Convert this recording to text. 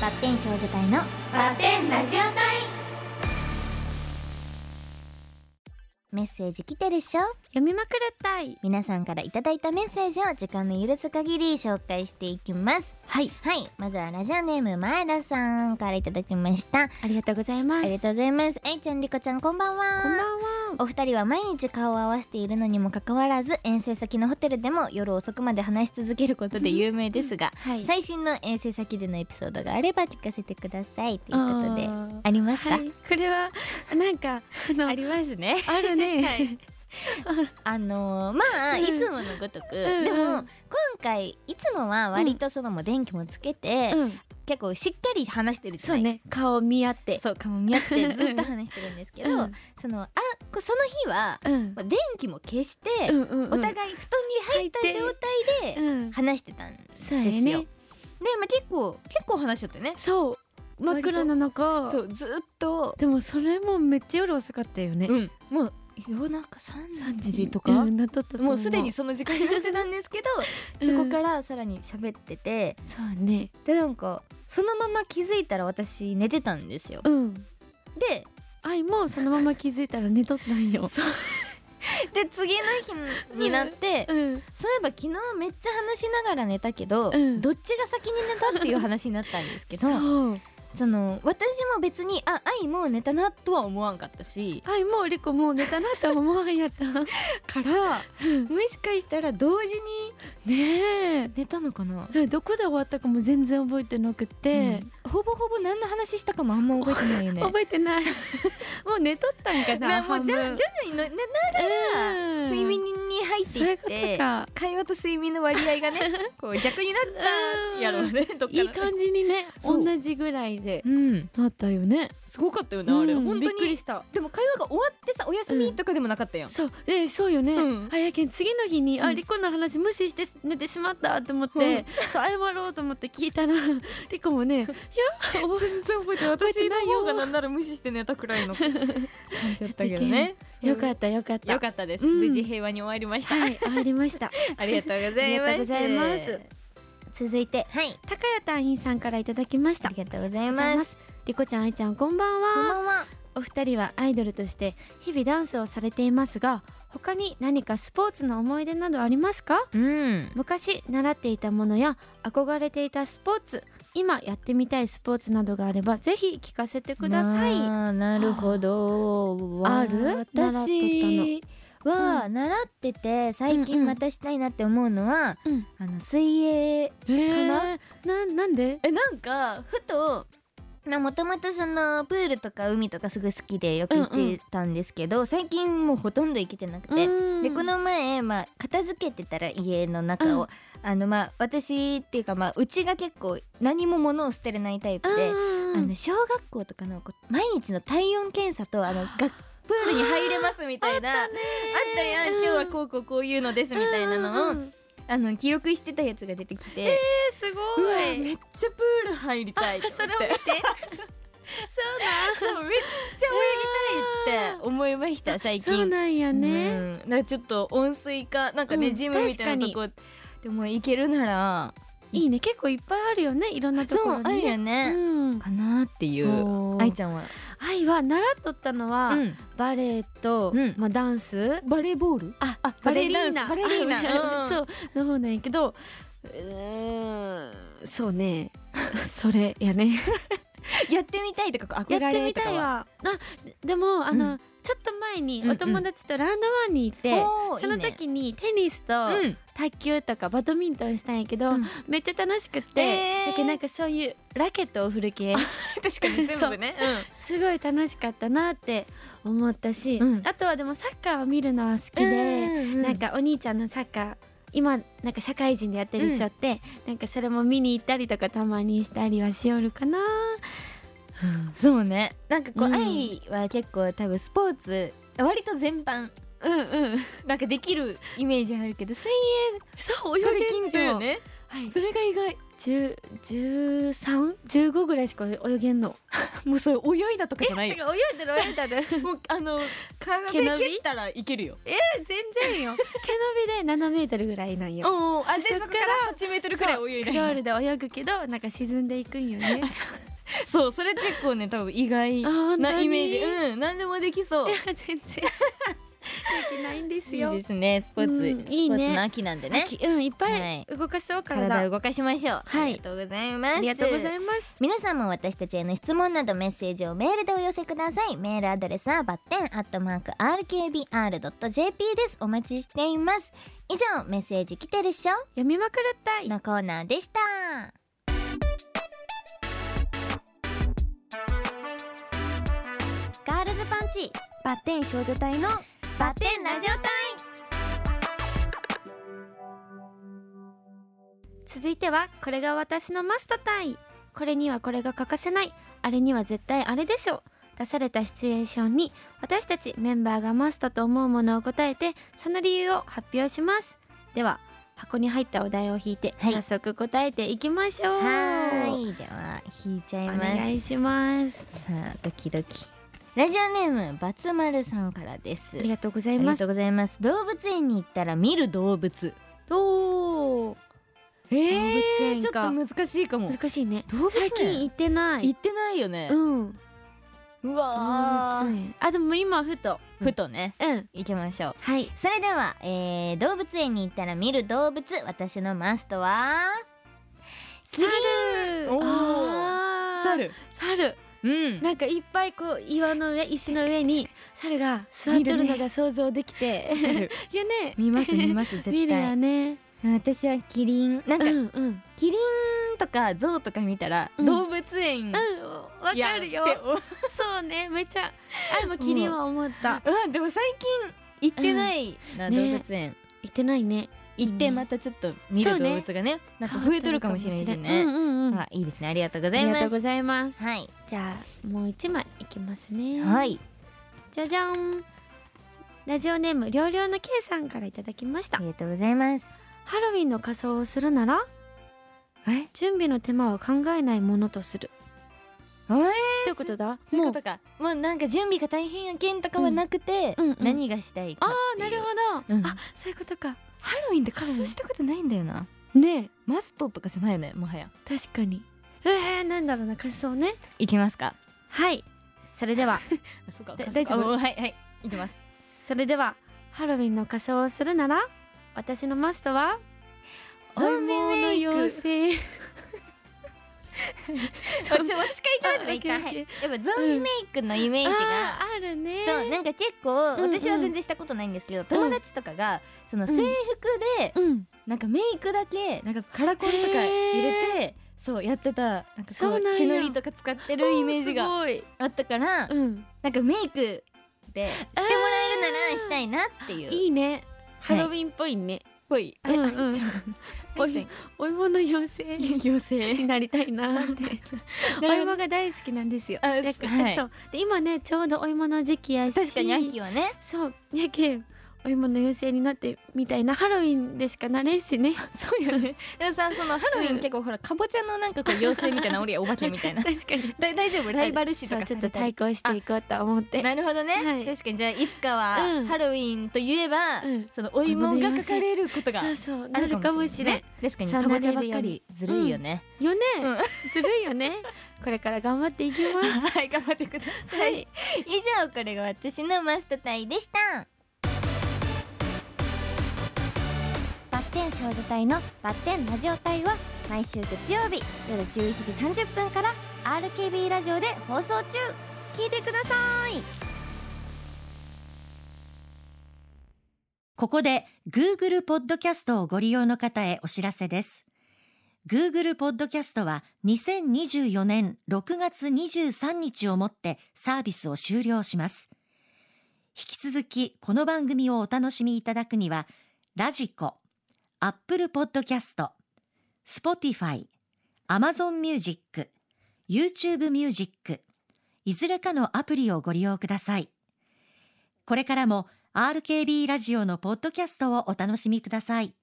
バッテン少女隊のバッテンラジオ隊メッセージ来てるっしょ読みまくるったい皆さんからいただいたメッセージを時間の許す限り紹介していきますはいはいまずはラジオネーム前田さんからいただきましたありがとうございまあすりがとうございますえいちゃんりこちゃんこんばんはこんばんはお二人は毎日顔を合わせているのにもかかわらず遠征先のホテルでも夜遅くまで話し続けることで有名ですがはい最新の遠征先でのエピソードがあれば聞かせてくださいということでああーりますか、はい、これはなんかあのりますねあるね、 はいあのーまあ、うんいつものごとく、うんでもうん今回いつもは割とそのもう電気もつけて、うん、結構しっかり話してるじゃそなういね顔見合ってそうかも見合ってずっと話してるんですけど、うんそのあこその日は、うんまあ、電気も消して、うんうんうんお互い布団に入った入って状態でうん話してたんですそうよ。やで、まねあ、結構結構話しちゃってね。そう真っ暗な中そうずっと、でもそれもめっちゃ夜遅かったよね、うん、もう夜中3 3時時とか、うんなっとったと思もうすでにその時間になってたんですけど、うんそこからさらに喋っててそうねでなんかそのまま気づいたら私寝てたんですよ。うんで愛もそのまま気づいたら寝とったんよで次の日になって、うんそういえば昨日めっちゃ話しながら寝たけど、うんどっちが先に寝たっていう話になったんですけどそうその私も別にあ愛もう寝たなとは思わんかったし愛もリコもう寝たなって思わんやった ねからもしかしたら同時にえ寝たのかな、うんどこで終わったかも全然覚えてなくて、うんほぼほぼ何の話したかもあんま 覚えてないよね。覚えてない もう寝とったんかななもうじゃ半分徐々にの寝ながら、うん睡眠に入ってそういいっうことてか会話と睡眠の割合 がねこう逆になったやろうねどっかのいい感じに ねそ同うじぐらいでうんなったよねすごかったよねあれ、うん本当びっくにりしたでも会話が終わってさお休みとかでもなかったやん、そうえそうよね、うんあやけん次の日に、うあんリコの話無視して寝てしまったと思って、そう謝ろうと思って聞いたらリコ もねいや覚え全然覚えて覚えてないよ私の方がなんなら無視して寝たくらい の感じだったけどね よかったよかったよかったです、うん無事平和に終わりました、はい終わりました ありがとうございますありがとうございます続いてはい高谷隊員さんからいただきましあたりがとうございますリコちゃん愛ちゃんこんばんはこんばんはお二人はアイドルとして日々ダンスをされていますが他に何かスポーツの思い出などありますかうん昔習っていたものや憧れていたスポーツ今やってみたいスポーツなどがあればぜひ聞かせてください、あーなるほどあある私はう習ってて最うんう近んまたしたいなって思うのは、うんあの水泳えーかななんでえなんかふとまあもともとそのプールとか海とかすごい好きでよく行ってたんですけど、最近もうほとんど行けてなくて、でこの前、まあ、片付けてたら家の中を、うんあのまあ私っていうかまあうちが結構何も物を捨てれないタイプで、あの小学校とかのこう毎日の体温検査とあのがプールに入れますみたいなあったやん今日はこうこうこういうのですみたいなのうんを、うんうんあの記録してたやつが出てきて、えーすごうわいめっちゃプール入りたいと思ってあそれを見そうなそうめっちゃ泳ぎたいって思いました最近そうなんやね、うん、だからちょっと温水かなんかね、うんジムみたいなとこでも行けるならいいね結構いっぱいあるよねいろんなとこそうろあにるよね、うんかなっていうおー愛ちゃんは、愛は習っとったのは、うんバレエと、うんまあ、ダンスバレーボールああバレリーナバレリーナあうんそうの方なんやけどうーんそう ねそれやねやってみたいとか憧やれってみとかたいわあでもあの、うんちょっと前にうんうんお友達とラウンドワンに行って、おーその時にテニスとい いね卓球とかバドミントンしたんやけど、うんめっちゃ楽しくって、えーだけどなんかそういうラケットを振る系確かに全部ねすごい楽しかったなって思ったし、うんあとはでもサッカーを見るのは好きうで、んなんかお兄ちゃんのサッカー今なんか社会人でやってる人って、なんかそれも見に行ったりとかたまにしたりはしおるかなそうねなんかこう、うん愛は結構多分スポーツ割と全般うんうんなんかできるイメージあるけど水泳そうができんだよねはいそれが意外十十三十五ぐらいしか泳げんの。もうそれ泳いだとかじゃないよ泳いでる泳いでる。もうあの体毛伸び切ったらいけるよ 全然よ。毛伸びで七メートルぐらいなんよ。おおあでそっそかこらから8メートルくらい泳いクだローよルで泳ぐけどなんか沈んでいくんよね。そうそれ結構ね多分意外あ本当になイメージうん何でもできそういや全然できないんですいよ。いですねスポーツ、うんいいねスポーツの秋なんでね秋うんいっぱはいい動かそう体。体を動かしましょう、はいありがとうございますありがとうございます。皆さんも私たちへの質問などメッセージをメールでお寄せくださいメールアドレスはバッテンアットマーク RKBR.jp ですお待ちしています以上メッセージ来てるっしょ読みまくるったい。のコーナーでしたガールズパンチバッテン少女隊のバッテンラジオ隊続いてはこれが私のマストタイこれにはこれが欠かせないあれには絶対あれでしょう出されたシチュエーションに私たちメンバーがマストと思うものを答えてその理由を発表しますでは箱に入ったお題を引いて、はい早速答えていきましょうはーいでは引いちゃいおます願いしますさあドキドキラジオネームバツマルさんからですありがとうござあいりまがすとうございます動物園に行ったら見る動物おーえ動物園ちょかっと難しいかも難しいね動物園最近行ってない行ってないよね、うんう動物園あでも今ふとふとねうん行きましょうはいそれでは、えー、動物園に行ったら見る動物私のマストは猿おーあー猿猿うんなんかいっぱいこう岩の上石の上に猿が座っとるのが想像でき て いやね見ます見ます絶対見るよね私はキリンなんうか、んうんうんキリンとかゾウとか見たら、うん動物園わかるよいやってそうねめちゃあでもキリンは思 ったうん、でも最近行ってないな、ね動物園行ってないね行っうてんまたちょっと見る動物がねなんか増えとるかもしれないしうんね、うんうんああいいですねありがとうございりまがとうすございますはいじゃあもう一枚いきますねはいじゃじゃんラジオネームりょうりょうの K さんからいただきましたありがとうございますハロウィンの仮装をするならえ準備の手間は考えないものとするえーということだそういうもことうかもうなんか準備が大変やけんとかはなくて、うんうんうん何がしたいかっていうなるほど、うんあそういうことかハロウィンで仮装したことないんだよなねマストとかじゃないよねもはやえ確かにえー、なんだろうな仮装ね行きますかはいそれ ではあそうかだ仮装大丈夫あもうはいはい行きますそれではハロウィンの仮装をするなら私のマストはゾンビメイクお芋の妖精 ちょちょ私からいきまあオすね一回、ッはい、ケーやオっぱゾンビメイクのイメージがあ、ーあるねそうなんか結構うんうん私は全然したことないんですけど、友達とかがその制服で、うんなんかメイクだけなんかカラコンとか入れて、そうやってたなんかそうこなんやう血のりとか使ってるイメージがおーすあったからごい、うん、なんかメイクでしてもらえるならしたいなっていういいねハはいロウィンっぽいね、ぽいうんうんおちゃいんお芋の妖精妖精になりたいなってお芋が大好きなんですよ。あだからはいそうで今ねちょうどお芋の時期やし確かに秋はねそうやけんお芋の妖精になってみたいなハロウィンでしかなれんしねそうよね。でもさ、そのハロウィン結構ほら、かぼちゃのなんかこう妖精みたいな、おりやお化けみたい な。確かにだ大丈夫、ライバル視とそうかちさょっとれた対り。抗していこうと思ってなるほどね、はい確かにじゃあいつかうはんハロウィンといえば、うんそのお芋が描かれることがそうそうあなるるかかももししれれなんよい確かにかぼちゃばっかりずるいよね、ね、ずるいよねこれから頑張っていきますはい頑張ってください、 はい以上これが私のマストタイでしたバッテン少女隊のバッテンラジオ隊は毎週月曜日夜11時30分から RKB ラジオで放送中聞いてくださいここで Google ポッドキャストをご利用の方へお知らせです。Google ポッドキャストは2024年6月23日をもってサービスを終了します。引き続きこの番組をお楽しみいただくには、ラジコ、Apple ポッドキャスト、Spotify、Amazon Music、YouTube Music、いずれかのアプリをご利用ください。これからも RKB ラジオのポッドキャストをお楽しみください。